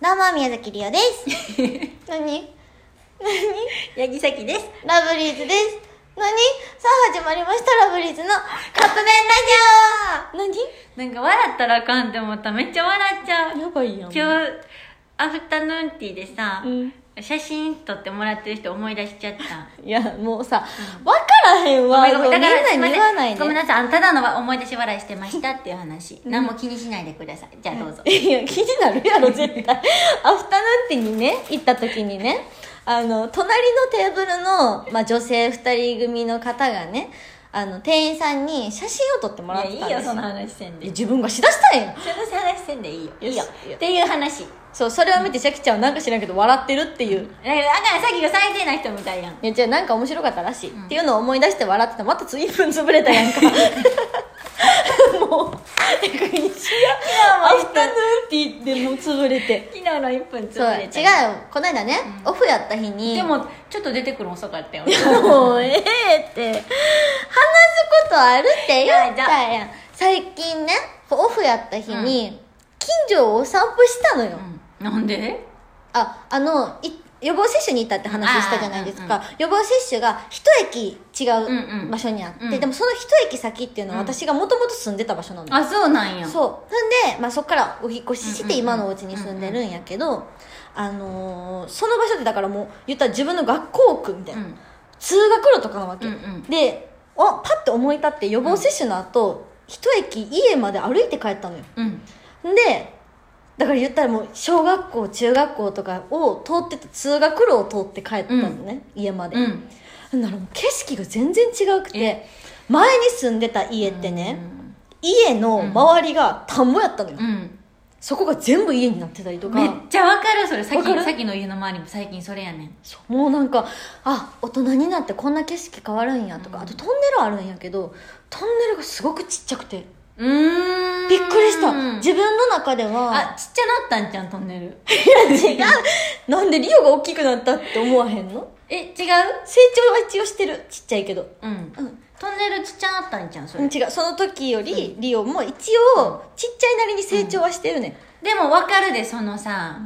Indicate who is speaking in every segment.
Speaker 1: どうも、宮崎りお です。何何
Speaker 2: 八木咲です
Speaker 1: ラブリーズです。何さあ、始まりました、ラブリーズのカップ麺ラジ
Speaker 2: なんか笑ったらあかんって思っためっちゃ笑っちゃ
Speaker 1: オ
Speaker 2: う
Speaker 1: 何やばいや
Speaker 2: 今日アフタヌーンティーでさ、
Speaker 1: うん
Speaker 2: 写真撮ってもらってる人思い出しちゃった
Speaker 1: いや、もうさ、わからへん
Speaker 2: ご
Speaker 1: わ。
Speaker 2: めんごめんだからすい
Speaker 1: みん
Speaker 2: ま
Speaker 1: なに
Speaker 2: せん
Speaker 1: 言わないで。
Speaker 2: ごめんなさいあのただの思い出し笑いしてましたっていう話、
Speaker 1: うん
Speaker 2: 何も気にしないでくださいじゃあどうぞ、
Speaker 1: いや気になるやろ絶対アフタヌーンティーにね行った時にねあの隣のテーブルの、まあ、女性2人組の方がねあの店員さんに写真を撮ってもらってたんですい
Speaker 2: 話せん
Speaker 1: や自分がしだしたんや
Speaker 2: その話せんでいいよ
Speaker 1: よし
Speaker 2: いいよ
Speaker 1: いいよ
Speaker 2: っていう話だか
Speaker 1: そうそれを見てシャキちゃんはなんか知らんけど笑ってるっていう
Speaker 2: らだからさっきが最低な人みたいやん
Speaker 1: いやじゃあなんか面白かったらしい、っていうのを思い出して笑ってたまた随分潰れたやん かもうえぐいしアフタヌーンティーでもう潰れて
Speaker 2: 昨日の1分
Speaker 1: そう違うよこの間ね、オフやった日に
Speaker 2: でもちょっと出てくるの遅かったよ
Speaker 1: もうええって話すことあるって言ったやん最近ねオフやった日に、近所をお散歩したのよ、
Speaker 2: うんなんで
Speaker 1: ああのい予防接種に行ったって話したじゃないですか、
Speaker 2: あ
Speaker 1: 予防接種が一駅違
Speaker 2: んう
Speaker 1: うん場所にあって、
Speaker 2: うん
Speaker 1: でもその一駅先っていうのは
Speaker 2: うん
Speaker 1: 私がもともと住んでた場所なのよ、
Speaker 2: あそうなんや
Speaker 1: そうなんで、まあ、そこからお引っ越しして
Speaker 2: うんうんうん
Speaker 1: 今のお家に住んでるんやけど、あのーその場所ってだからもう言ったら自分の学校区みたいな、
Speaker 2: ん
Speaker 1: 通学路とかなわけ、
Speaker 2: うんうん
Speaker 1: でおパッて思い立って予防接種の後、一駅家まで歩いて帰ったのよ
Speaker 2: うん
Speaker 1: でだから言ったらもう小学校中学校とかを通ってた通学路を通って帰ったのね、家まで、
Speaker 2: うん
Speaker 1: だからもう景色が全然違くて前に住んでた家ってね、家の周りが田んぼやったのよ、
Speaker 2: うん
Speaker 1: そこが全部家になってたりとか
Speaker 2: めっちゃわかるそれさっ
Speaker 1: わか
Speaker 2: き
Speaker 1: る
Speaker 2: さっきの家の周りも最近それやねん
Speaker 1: そうもうなんかあ大人になってこんな景色変わるんやとか、
Speaker 2: うん
Speaker 1: あとトンネルあるんやけどトンネルがすごくちっちゃくて
Speaker 2: うーん
Speaker 1: びっくりした
Speaker 2: うん
Speaker 1: 自分の中で
Speaker 2: あ
Speaker 1: は
Speaker 2: ちっちゃなったんじゃんトンネル
Speaker 1: 違う なんでリオが大きくなったって思わへんの
Speaker 2: え違う
Speaker 1: 成長は一応してるちっちゃいけど、
Speaker 2: うん
Speaker 1: うん
Speaker 2: トンネルちっちゃなったんじゃんそ
Speaker 1: うん、
Speaker 2: れ
Speaker 1: 違うその時より、リオも一応ちっちゃいなりに成長はしてるね、
Speaker 2: でもわかるでそのさ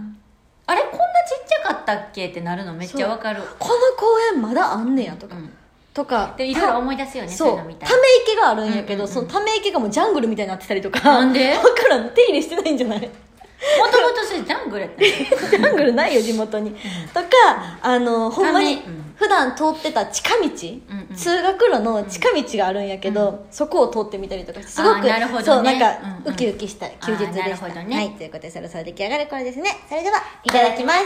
Speaker 2: あれこんなちっちゃかったっけってなるのめっちゃわかる
Speaker 1: この公園まだあんねやとか、
Speaker 2: うん
Speaker 1: とか
Speaker 2: でいろいろ思い出すよねそう
Speaker 1: そ
Speaker 2: いうう
Speaker 1: た
Speaker 2: の
Speaker 1: め
Speaker 2: みたいな
Speaker 1: 池があるんやけど、
Speaker 2: うんうんうん
Speaker 1: そのため池がもうジャングルみたいになってたりとか
Speaker 2: なん で
Speaker 1: 分からん手入れしてないんじゃない
Speaker 2: もともとそれジャングルやったんや
Speaker 1: ジャングルないよ地元にとかあのほんまに
Speaker 2: ためうん
Speaker 1: 普段通ってた近道、
Speaker 2: うんうん
Speaker 1: 通学路の近道があるんやけど、そこを通ってみたりとかしてすご
Speaker 2: あ
Speaker 1: く
Speaker 2: ーなるほどね
Speaker 1: そうなんか、
Speaker 2: うんうん
Speaker 1: ウキウキした休日で
Speaker 2: あーなる
Speaker 1: し
Speaker 2: ほ
Speaker 1: た、
Speaker 2: どね
Speaker 1: はいということでそろそろ出来上がる頃ですねそれではいただきます